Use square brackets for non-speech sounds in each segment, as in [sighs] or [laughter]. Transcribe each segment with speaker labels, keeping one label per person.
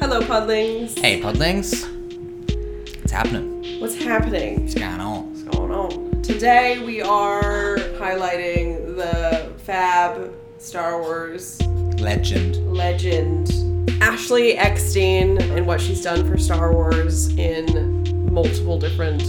Speaker 1: Hello, Podlings.
Speaker 2: Hey, Podlings. What's happening?
Speaker 1: What's happening?
Speaker 2: What's going on?
Speaker 1: What's going on? Today we are highlighting the fab Star Wars
Speaker 2: Legend.
Speaker 1: legend Ashley Eckstein and what she's done for Star Wars in multiple different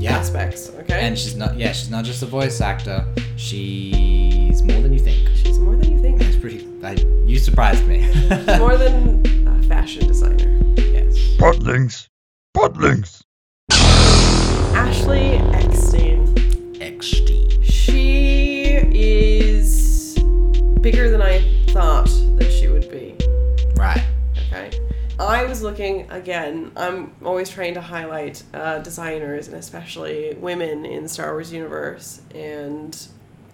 Speaker 2: Yeah.
Speaker 1: aspects. Okay.
Speaker 2: And she's not, yeah, she's not just a voice actor. She's more than you think.
Speaker 1: she's more than you think.
Speaker 2: That's pretty, I, you surprised me.
Speaker 1: [laughs]
Speaker 2: [laughs]
Speaker 1: More than a fashion designer.
Speaker 2: yes.
Speaker 3: Podlings. Podlings.
Speaker 1: Ashley Eckstein.
Speaker 2: XD.
Speaker 1: She is bigger than I thought that she would be. [laughs]
Speaker 2: Right.
Speaker 1: Okay. I was looking again. I'm always trying to highlight uh, designers and especially women in the Star Wars universe and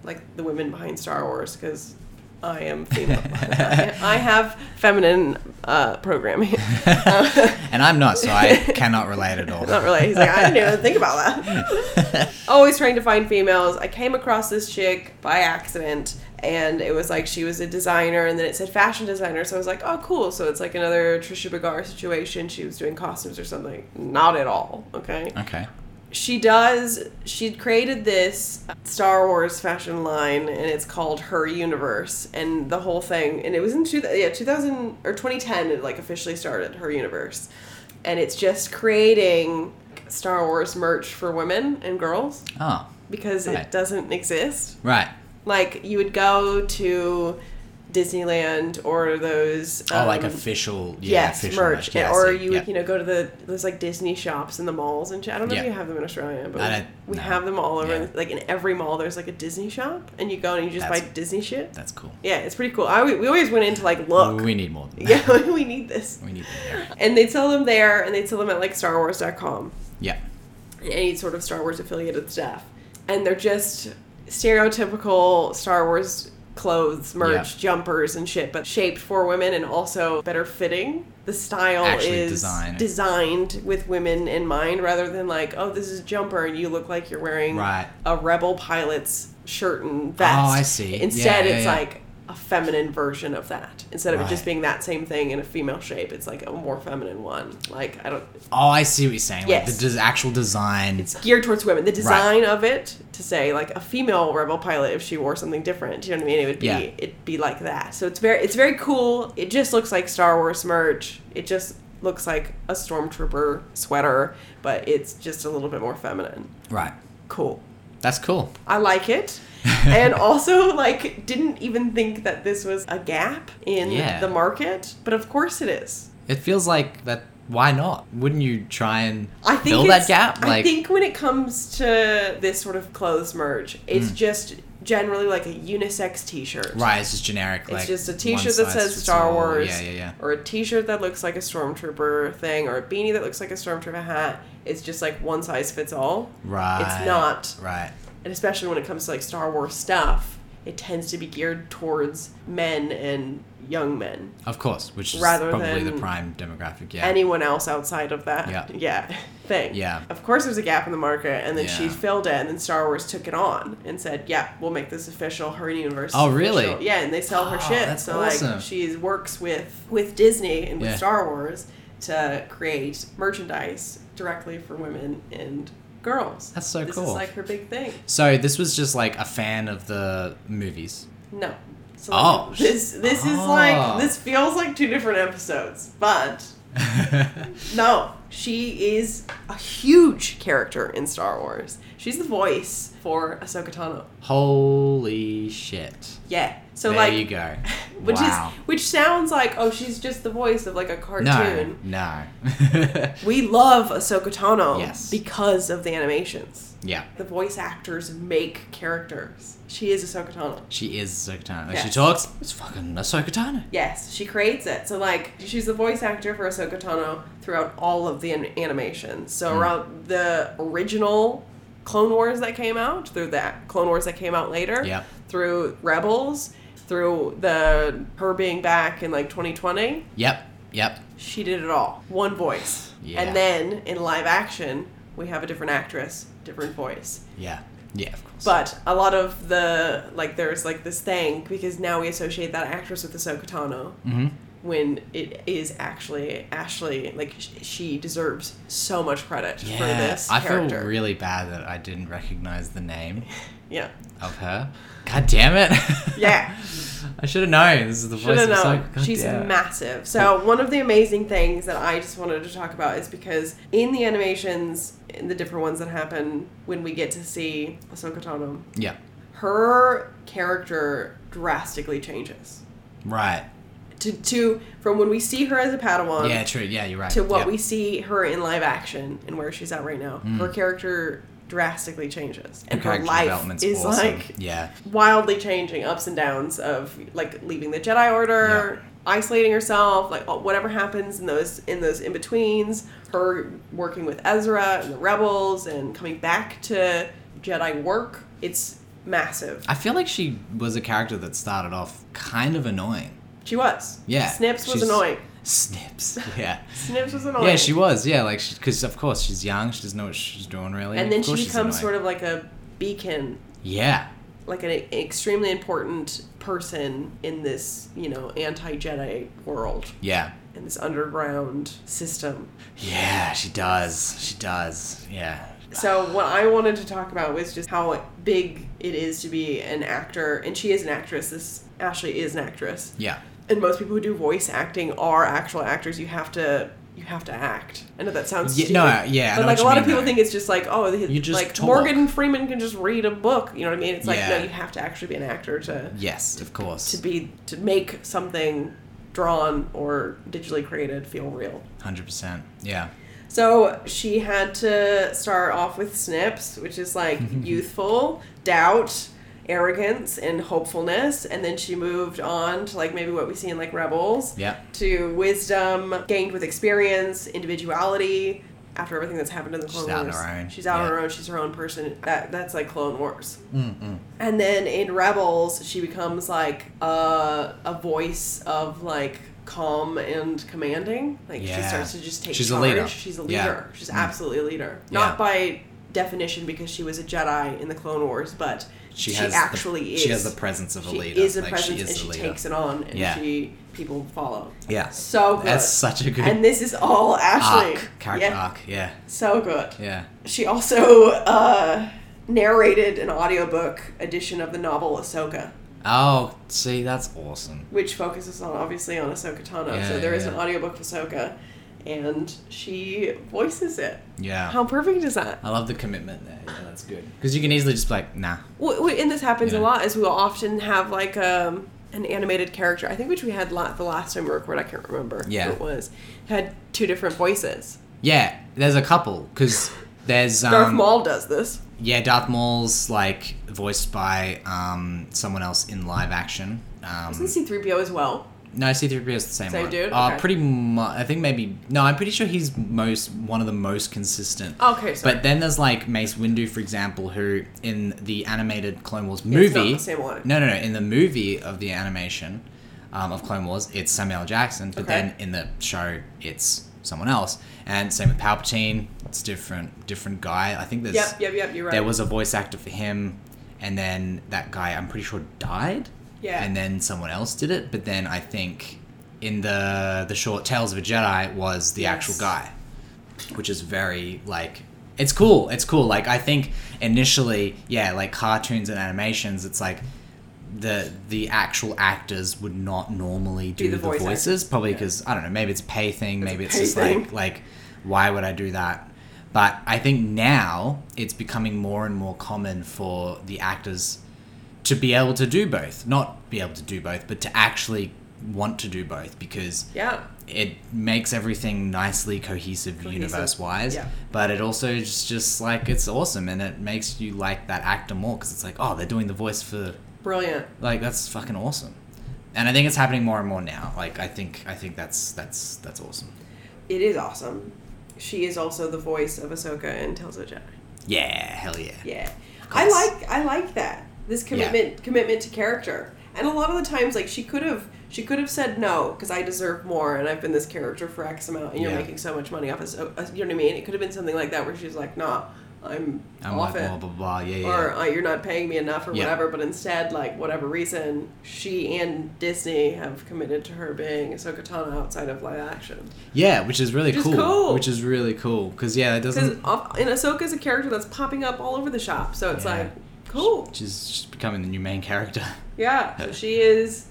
Speaker 1: like the women behind Star Wars because I am female. I have feminine uh, programming.
Speaker 2: and I'm not,
Speaker 1: [laughs]
Speaker 2: so I cannot relate at all.
Speaker 1: Not really. He's like, I didn't even think about that. always trying to find females. I came across this chick by accident, and it was like she was a designer, and then it said fashion designer. So I was like, oh, cool. So it's like another Trisha Begar situation. She was doing costumes or something. Not at all. Okay.
Speaker 2: okay.
Speaker 1: She does. She created this Star Wars fashion line, and it's called Her Universe, and the whole thing. And it was in two, yeah, two thousand or twenty ten. It like officially started Her Universe, and it's just creating Star Wars merch for women and girls
Speaker 2: Oh,
Speaker 1: because it
Speaker 2: Right.
Speaker 1: doesn't exist.
Speaker 2: right.
Speaker 1: Like you would go to Disneyland or those
Speaker 2: Oh, like
Speaker 1: um,
Speaker 2: official, yeah,
Speaker 1: yes
Speaker 2: official
Speaker 1: merch,
Speaker 2: Yeah, I
Speaker 1: or
Speaker 2: see.
Speaker 1: you would
Speaker 2: Yeah.
Speaker 1: you know go to the those like Disney shops in the malls and shit. I don't know if
Speaker 2: Yeah.
Speaker 1: you have them in Australia, but
Speaker 2: I don't-
Speaker 1: we
Speaker 2: no.
Speaker 1: have them all over.
Speaker 2: Yeah.
Speaker 1: Like in every mall, there's like a Disney shop, and you go and you just buy
Speaker 2: That's-
Speaker 1: Disney shit.
Speaker 2: That's cool.
Speaker 1: Yeah, it's pretty cool. I we always went into like [laughs] look.
Speaker 2: We need more than that.
Speaker 1: yeah, [laughs] we need this.
Speaker 2: We need more.
Speaker 1: And they sell them there, and they sell them at like StarWars.com
Speaker 2: Yeah.
Speaker 1: and any sort of Star Wars affiliated stuff. And they're just stereotypical Star Wars clothes, merch,
Speaker 2: Yeah.
Speaker 1: jumpers, and shit, but shaped for women and also better fitting. The style
Speaker 2: Actually
Speaker 1: is
Speaker 2: designed.
Speaker 1: designed with women in mind rather than like, oh, this is a jumper and you look like you're wearing
Speaker 2: Right. Oh,
Speaker 1: a Rebel pilot's shirt and vest.
Speaker 2: I see.
Speaker 1: Instead,
Speaker 2: Yeah, yeah,
Speaker 1: it's
Speaker 2: yeah.
Speaker 1: like a feminine version of that. Instead of it just
Speaker 2: Right.
Speaker 1: being that same thing in a female shape, it's like a more feminine one. Like, I don't,
Speaker 2: Oh, I see what you're saying. Like
Speaker 1: Yes.
Speaker 2: the des- actual design.
Speaker 1: it's geared towards women. The design of it to say like a female rebel pilot if she wore something different, you know what I mean? It would be
Speaker 2: Yeah.
Speaker 1: it'd be like that. So it's very it's very cool. It just looks like Star Wars merch. It just looks like a stormtrooper sweater, but it's just a little bit more feminine.
Speaker 2: right.
Speaker 1: Cool.
Speaker 2: That's cool.
Speaker 1: I like
Speaker 2: [laughs]
Speaker 1: it. and also like didn't even think that this was a gap in
Speaker 2: Yeah.
Speaker 1: the market, but of course it is.
Speaker 2: It feels like that. Why not? Wouldn't you try and
Speaker 1: I think
Speaker 2: fill
Speaker 1: it's-
Speaker 2: that gap?
Speaker 1: I
Speaker 2: Like,
Speaker 1: think when it comes to this sort of clothes merge, it's just generally like a unisex T-shirt.
Speaker 2: Mm. right? It's just generic.
Speaker 1: It's
Speaker 2: like,
Speaker 1: just a
Speaker 2: one
Speaker 1: T-shirt that
Speaker 2: size
Speaker 1: says
Speaker 2: fits
Speaker 1: Star
Speaker 2: all.
Speaker 1: Wars,
Speaker 2: Yeah, yeah, yeah.
Speaker 1: or a T-shirt that looks like a stormtrooper thing, or a beanie that looks like a stormtrooper hat. It's just like one size fits all,
Speaker 2: Right.
Speaker 1: It's not,
Speaker 2: Right.
Speaker 1: and especially when it comes to like Star Wars stuff, it tends to be geared towards men and young men.
Speaker 2: Of course, which is
Speaker 1: Rather
Speaker 2: probably the
Speaker 1: than
Speaker 2: prime demographic. Yeah.
Speaker 1: anyone else outside of that [laughs]
Speaker 2: Yeah.
Speaker 1: thing.
Speaker 2: Yeah.
Speaker 1: Of course there's a gap in the market and then she
Speaker 2: Yeah.
Speaker 1: filled it and then Star Wars took it on and said, Yeah, we'll make this official, her universe.
Speaker 2: Oh,
Speaker 1: is
Speaker 2: really?
Speaker 1: official." Yeah, and they sell her
Speaker 2: Oh,
Speaker 1: shit.
Speaker 2: that's
Speaker 1: so
Speaker 2: awesome.
Speaker 1: like she works with with Disney and with
Speaker 2: Yeah.
Speaker 1: Star Wars to create merchandise directly for women and girls.
Speaker 2: That's so
Speaker 1: this This
Speaker 2: cool.
Speaker 1: is like her big thing.
Speaker 2: so this was just like a fan of the movies.
Speaker 1: No. So
Speaker 2: Oh,
Speaker 1: like,
Speaker 2: sh-
Speaker 1: this this is
Speaker 2: Oh.
Speaker 1: like this feels like two different episodes,
Speaker 2: [laughs]
Speaker 1: but No, she is a huge character in Star Wars. She's the voice for Ahsoka Tano.
Speaker 2: Holy shit!
Speaker 1: Yeah. So
Speaker 2: there
Speaker 1: like
Speaker 2: you go.
Speaker 1: [laughs] which
Speaker 2: wow.
Speaker 1: is which sounds like oh she's just the voice of like a
Speaker 2: no,
Speaker 1: cartoon.
Speaker 2: no. [laughs]
Speaker 1: We love Ahsoka Tano
Speaker 2: Yes.
Speaker 1: because of the animations.
Speaker 2: yeah.
Speaker 1: The voice actors make characters. She is Ahsoka Tano.
Speaker 2: She is Ahsoka Tano. Like, She
Speaker 1: Yes.
Speaker 2: talks. It's fucking Ahsoka Tano.
Speaker 1: Yes, she creates it. So like she's the voice actor for Ahsoka Tano throughout all of the an- animations. So around the original Clone Wars that came out, through the Clone Wars that came out later,
Speaker 2: Yep.
Speaker 1: through Rebels, through the her being back in like 2020,
Speaker 2: Yep. Yep.
Speaker 1: she did it all. One voice.
Speaker 2: Yeah.
Speaker 1: And then in live action, we have a different actress, different voice.
Speaker 2: Yeah. Yeah. Of course.
Speaker 1: But a lot of the like, there's like this thing because now we associate that actress with Ahsoka Tano,
Speaker 2: Mhm.
Speaker 1: when it is actually Ashley. Like sh- she deserves so much credit for
Speaker 2: Yeah,
Speaker 1: this
Speaker 2: I feel
Speaker 1: character.
Speaker 2: really bad that I didn't recognize the name
Speaker 1: yeah,
Speaker 2: of her. God damn it!
Speaker 1: yeah.
Speaker 2: [laughs] I should have known. This is the
Speaker 1: Should
Speaker 2: voice.
Speaker 1: have
Speaker 2: of
Speaker 1: known.
Speaker 2: Psycho- God
Speaker 1: She's
Speaker 2: damn it.
Speaker 1: massive. So one of the amazing things that I just wanted to talk about is because in the animations, in the different ones that happen when we get to see Ahsoka Tano,
Speaker 2: Yeah,
Speaker 1: her character drastically changes.
Speaker 2: right.
Speaker 1: To, to from when we see her as a Padawan
Speaker 2: yeah, true. Yeah, you're right.
Speaker 1: Um, to what
Speaker 2: Yep.
Speaker 1: we see her in live action and where she's at right now, her character drastically changes, and her,
Speaker 2: character
Speaker 1: life
Speaker 2: development's
Speaker 1: is
Speaker 2: awesome.
Speaker 1: like
Speaker 2: yeah,
Speaker 1: wildly changing ups and downs of like leaving the Jedi Order, isolating herself, like whatever happens in those in those in betweens, her working with Ezra and the rebels and coming back to Jedi work. It's massive.
Speaker 2: I feel like she was a character that started off kind of annoying.
Speaker 1: She was.
Speaker 2: Yeah,
Speaker 1: Snips was
Speaker 2: she's-
Speaker 1: annoying.
Speaker 2: Snips. [laughs]
Speaker 1: [laughs]
Speaker 2: Yeah.
Speaker 1: Snips was annoying.
Speaker 2: Yeah, she was. Yeah, like because of course she's young. She doesn't know what she's doing really.
Speaker 1: And then
Speaker 2: Of
Speaker 1: she
Speaker 2: course she's
Speaker 1: becomes sort
Speaker 2: annoying.
Speaker 1: of like a beacon
Speaker 2: Yeah,
Speaker 1: like an, e-, extremely important person in this, you know, anti Jedi world
Speaker 2: yeah,
Speaker 1: in this underground system.
Speaker 2: yeah. She does. She does. Yeah.
Speaker 1: So
Speaker 2: [sighs]
Speaker 1: what I wanted to talk about was just how big it is to be an actor, and she is an actress. This Ashley is an actress,
Speaker 2: Yeah.
Speaker 1: and most people who do voice acting are actual actors. You have to. You have to act. I know that sounds
Speaker 2: Yeah,
Speaker 1: stupid,
Speaker 2: no, yeah, I
Speaker 1: but like
Speaker 2: know what
Speaker 1: a
Speaker 2: you
Speaker 1: lot of
Speaker 2: mean,
Speaker 1: people
Speaker 2: though.
Speaker 1: think it's just like oh, the-
Speaker 2: You just
Speaker 1: like
Speaker 2: talk.
Speaker 1: Morgan Freeman can just read a book. You know what I mean? It's like
Speaker 2: Yeah.
Speaker 1: no, you have to actually be an actor to
Speaker 2: Yes, of
Speaker 1: to
Speaker 2: course.
Speaker 1: be to make something drawn or digitally created feel real.
Speaker 2: Hundred percent. Yeah.
Speaker 1: So she had to start off with snips, which is like
Speaker 2: [laughs]
Speaker 1: youthful, doubt, arrogance, and hopefulness, and then she moved on to like maybe what we see in like Rebels.
Speaker 2: Yeah.
Speaker 1: To wisdom gained with experience, individuality. After everything that's happened in the Clone
Speaker 2: She's out on
Speaker 1: Wars,
Speaker 2: her own.
Speaker 1: she's out on
Speaker 2: Yeah.
Speaker 1: her own. She's her own person. That that's like Clone Wars.
Speaker 2: Mm-mm.
Speaker 1: And then in Rebels, she becomes like a, a voice of like calm and commanding. Like she
Speaker 2: Yeah.
Speaker 1: starts to just take
Speaker 2: She's a
Speaker 1: charge.
Speaker 2: leader.
Speaker 1: She's a leader.
Speaker 2: Yeah.
Speaker 1: She's
Speaker 2: Mm.
Speaker 1: absolutely a leader.
Speaker 2: Yeah.
Speaker 1: Not by definition because she was a Jedi in the Clone Wars, but she,
Speaker 2: She, has the-
Speaker 1: actually is.
Speaker 2: She has the presence of a
Speaker 1: she
Speaker 2: leader.
Speaker 1: is a
Speaker 2: like,
Speaker 1: presence
Speaker 2: she
Speaker 1: and
Speaker 2: is the
Speaker 1: she
Speaker 2: leader.
Speaker 1: takes it on and
Speaker 2: Yeah.
Speaker 1: she people follow.
Speaker 2: yeah.
Speaker 1: So good.
Speaker 2: That's such a good
Speaker 1: and this is all Ashley.
Speaker 2: arc, character
Speaker 1: Yeah.
Speaker 2: arc. Yeah.
Speaker 1: So good.
Speaker 2: Yeah.
Speaker 1: She also uh, narrated an audiobook edition of the novel Ahsoka,
Speaker 2: Oh, see, that's awesome.
Speaker 1: which focuses on obviously on Ahsoka Tano.
Speaker 2: Yeah,
Speaker 1: so there is
Speaker 2: yeah.
Speaker 1: an audiobook of Ahsoka, and she voices it.
Speaker 2: Yeah.
Speaker 1: How perfect is that?
Speaker 2: I love the commitment there. Yeah, that's good. Because you can easily just be like, nah.
Speaker 1: W- w- And this happens a
Speaker 2: Yeah.
Speaker 1: lot, is we'll often have like um, an animated character. I think which we had la- the last time we recorded. I can't remember
Speaker 2: Yeah.
Speaker 1: who it was. Had two different voices.
Speaker 2: Yeah, there's a couple. Because there's
Speaker 1: [laughs]
Speaker 2: um,
Speaker 1: Darth Maul does this.
Speaker 2: Yeah, Darth Maul's like voiced by um, someone else in live action. Um,
Speaker 1: Isn't C three PO as well?
Speaker 2: no, C three PO is the same,
Speaker 1: Same
Speaker 2: one.
Speaker 1: dude?
Speaker 2: Uh,
Speaker 1: Okay.
Speaker 2: pretty much. I think maybe. No, I'm pretty sure he's most one of the most consistent.
Speaker 1: Okay, so
Speaker 2: But then there's like Mace Windu, for example, who in the animated Clone Wars
Speaker 1: Yeah, it's not
Speaker 2: movie.
Speaker 1: the same one.
Speaker 2: No, no, no. In the movie of the animation um, of Clone Wars, it's Samuel L. Jackson. But
Speaker 1: Okay.
Speaker 2: then in the show, it's someone else. And same with Palpatine. It's different, different guy. I think there's.
Speaker 1: Yep, yep, yep. You're right.
Speaker 2: There was a voice actor for him, and then that guy, I'm pretty sure, died.
Speaker 1: Yeah.
Speaker 2: And then someone else did it, but then I think in the the short Tales of a Jedi was the
Speaker 1: Yes.
Speaker 2: actual guy, which is very like it's cool. It's cool. Like I think initially, yeah, like cartoons and animations, it's like the the actual actors would not normally do
Speaker 1: the
Speaker 2: the,
Speaker 1: voice
Speaker 2: voices, probably 'cause probably because I don't know, maybe it's a pay thing, maybe it's
Speaker 1: pay
Speaker 2: just
Speaker 1: thing.
Speaker 2: like like why would i do that but i think now it's becoming more and more common for the actors to be able to do both not be able to do both but to actually want to do both because
Speaker 1: yeah.
Speaker 2: it makes everything nicely cohesive, universe wise
Speaker 1: yeah.
Speaker 2: but it also is just like it's awesome and it makes you like that actor more because it's like oh they're doing the voice for
Speaker 1: Brilliant.
Speaker 2: like that's fucking awesome and i think it's happening more and more now like i think i think that's that's that's awesome
Speaker 1: It is awesome. She is also the voice of Ahsoka in Tales of the Jedi.
Speaker 2: yeah hell yeah
Speaker 1: Yeah, I
Speaker 2: course.
Speaker 1: like I like that this commitment commitment to character. And a lot of the times, like she could have she could have said no because I deserve more and I've been this character for X amount and you're
Speaker 2: Yeah.
Speaker 1: uh, making so much money off us. You know what I mean? It could have been something like that where she's like, nah, I'm,
Speaker 2: I'm
Speaker 1: off
Speaker 2: like
Speaker 1: it.
Speaker 2: blah blah blah. Yeah, yeah.
Speaker 1: or uh, you're not paying me enough or
Speaker 2: Yeah.
Speaker 1: whatever but instead like whatever reason she and disney have committed to her being Ahsoka Tano outside of live action
Speaker 2: Yeah, which is really
Speaker 1: Which is
Speaker 2: cool,
Speaker 1: cool.
Speaker 2: Which is really cool because yeah, it
Speaker 1: because
Speaker 2: doesn't.
Speaker 1: and Ahsoka is a character that's popping up all over the shop so it's
Speaker 2: Yeah.
Speaker 1: like cool
Speaker 2: She's just becoming the new main character. [laughs]
Speaker 1: yeah so she is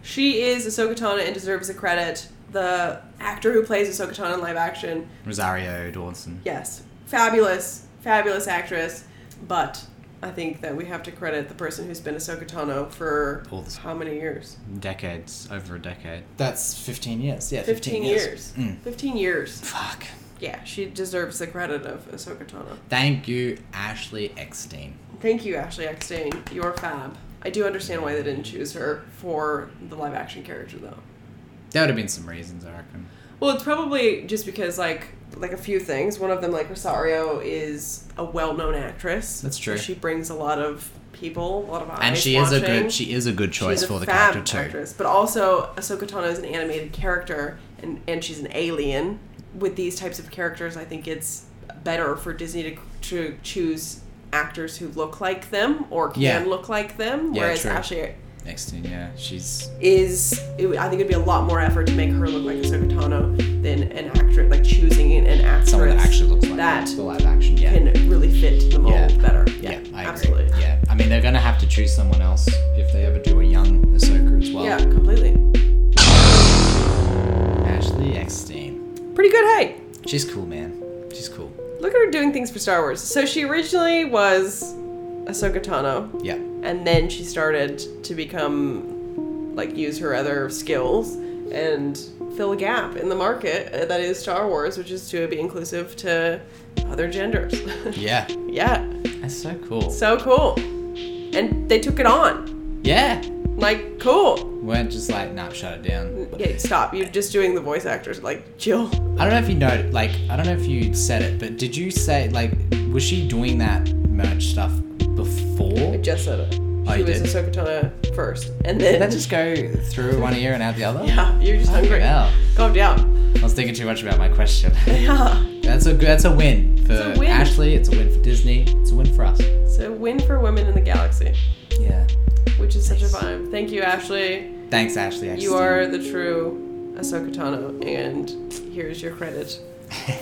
Speaker 1: she is Ahsoka Tano and deserves the credit the actor who plays Ahsoka Tano in live action
Speaker 2: Rosario Dawson.
Speaker 1: yes fabulous fabulous actress but I think that we have to credit the person who's been Ahsoka Tano for
Speaker 2: All this-
Speaker 1: how many years?
Speaker 2: Decades, over a decade. That's fifteen years. Yeah,
Speaker 1: 15 years.
Speaker 2: Mm.
Speaker 1: 15 years.
Speaker 2: Fuck.
Speaker 1: Yeah, she deserves the credit of Ahsoka Tano.
Speaker 2: Thank you, Ashley Eckstein.
Speaker 1: Thank you, Ashley Eckstein. You're fab. I do understand why they didn't choose her for the live action character, though.
Speaker 2: There would have been some reasons, I reckon.
Speaker 1: Well, it's probably just because, like, like a few things. One of them, like Rosario, is a well-known actress.
Speaker 2: That's true.
Speaker 1: So she brings a lot of people, a lot of eyes.
Speaker 2: and she is a
Speaker 1: watching.
Speaker 2: good. She is a good choice
Speaker 1: She's a
Speaker 2: for the
Speaker 1: fab
Speaker 2: character too.
Speaker 1: Actress, but also, Ahsoka Tano is an animated character, and, and she's an alien. With these types of characters, I think it's better for Disney to, to choose actors who look like them or can
Speaker 2: Yeah.
Speaker 1: look like them.
Speaker 2: Yeah,
Speaker 1: whereas
Speaker 2: true.
Speaker 1: Ashley
Speaker 2: Eckstein, yeah, she's
Speaker 1: is, it, would- I think it'd be a lot more effort to make her look like Ahsoka Tano than an actress, like choosing an an actress
Speaker 2: someone that actually looks like
Speaker 1: that
Speaker 2: the live action. Yeah.
Speaker 1: can really fit the mold
Speaker 2: Yeah.
Speaker 1: better.
Speaker 2: Yeah, I agree.
Speaker 1: absolutely.
Speaker 2: Yeah, I mean they're gonna have to choose someone else if they ever do a young Ahsoka as well.
Speaker 1: Yeah, completely.
Speaker 2: Ashley Eckstein,
Speaker 1: Pretty good, hey.
Speaker 2: she's cool, man. She's cool.
Speaker 1: Look at her doing things for Star Wars. So she originally was Ahsoka Tano,
Speaker 2: Yeah,
Speaker 1: and then she started to become, like, use her other skills and fill a gap in the market uh, that is Star Wars, which is to be inclusive to other genders. [laughs]
Speaker 2: yeah,
Speaker 1: yeah,
Speaker 2: that's so cool.
Speaker 1: so cool. And they took it on.
Speaker 2: yeah,
Speaker 1: Like, cool.
Speaker 2: weren't just like nah, shut it down.
Speaker 1: Yeah, stop. You're just doing the voice actors. Like, Jill.
Speaker 2: I don't know if you know, like, I don't know if you said it, but did you say like, was she doing that merch stuff before?
Speaker 1: I just said it. She
Speaker 2: Oh, you
Speaker 1: was
Speaker 2: did?
Speaker 1: Ahsoka Tano first, and then.
Speaker 2: Did that just go through one ear and out the other?
Speaker 1: yeah, [laughs] you're just hungry.
Speaker 2: hell.
Speaker 1: Calm down. [laughs]
Speaker 2: I was thinking too much about my question. [laughs]
Speaker 1: Yeah.
Speaker 2: That's a good. That's a win for
Speaker 1: a win.
Speaker 2: Ashley. It's a win for Disney. It's a win for us.
Speaker 1: It's a win for women in the galaxy,
Speaker 2: Yeah.
Speaker 1: which is such a
Speaker 2: Nice.
Speaker 1: vibe. Thank you, Ashley.
Speaker 2: Thanks, Ashley. Eckstein.
Speaker 1: You are the true Ahsoka Tano, and here's your credit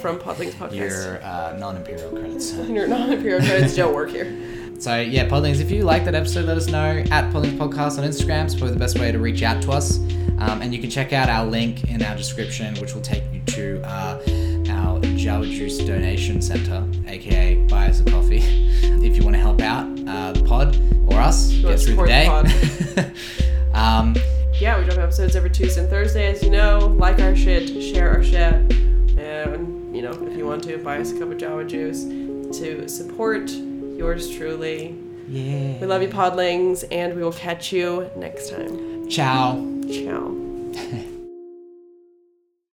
Speaker 1: from Podlings Podcast.
Speaker 2: your uh, non-imperial credits. [laughs]
Speaker 1: Your, non-imperial credits don't work here.
Speaker 2: So yeah, Podlings. If you liked that episode, let us know at Podlings Podcast on Instagram. It's probably the best way to reach out to us. Um, and you can check out our link in our description, which will take you to uh, our Java Juice Donation Center, aka buy us a coffee. [laughs] If you want to help out uh, the pod or us,
Speaker 1: wanna
Speaker 2: get through the
Speaker 1: support
Speaker 2: day. [laughs] um,
Speaker 1: Yeah, we drop episodes every Tuesday and Thursday, as you know. Like our shit, share our shit, and you know if you want to buy us a cup of Java juice to support yours truly.
Speaker 2: yeah.
Speaker 1: We love you, Podlings, and we will catch you next time.
Speaker 2: Ciao.
Speaker 1: Ciao.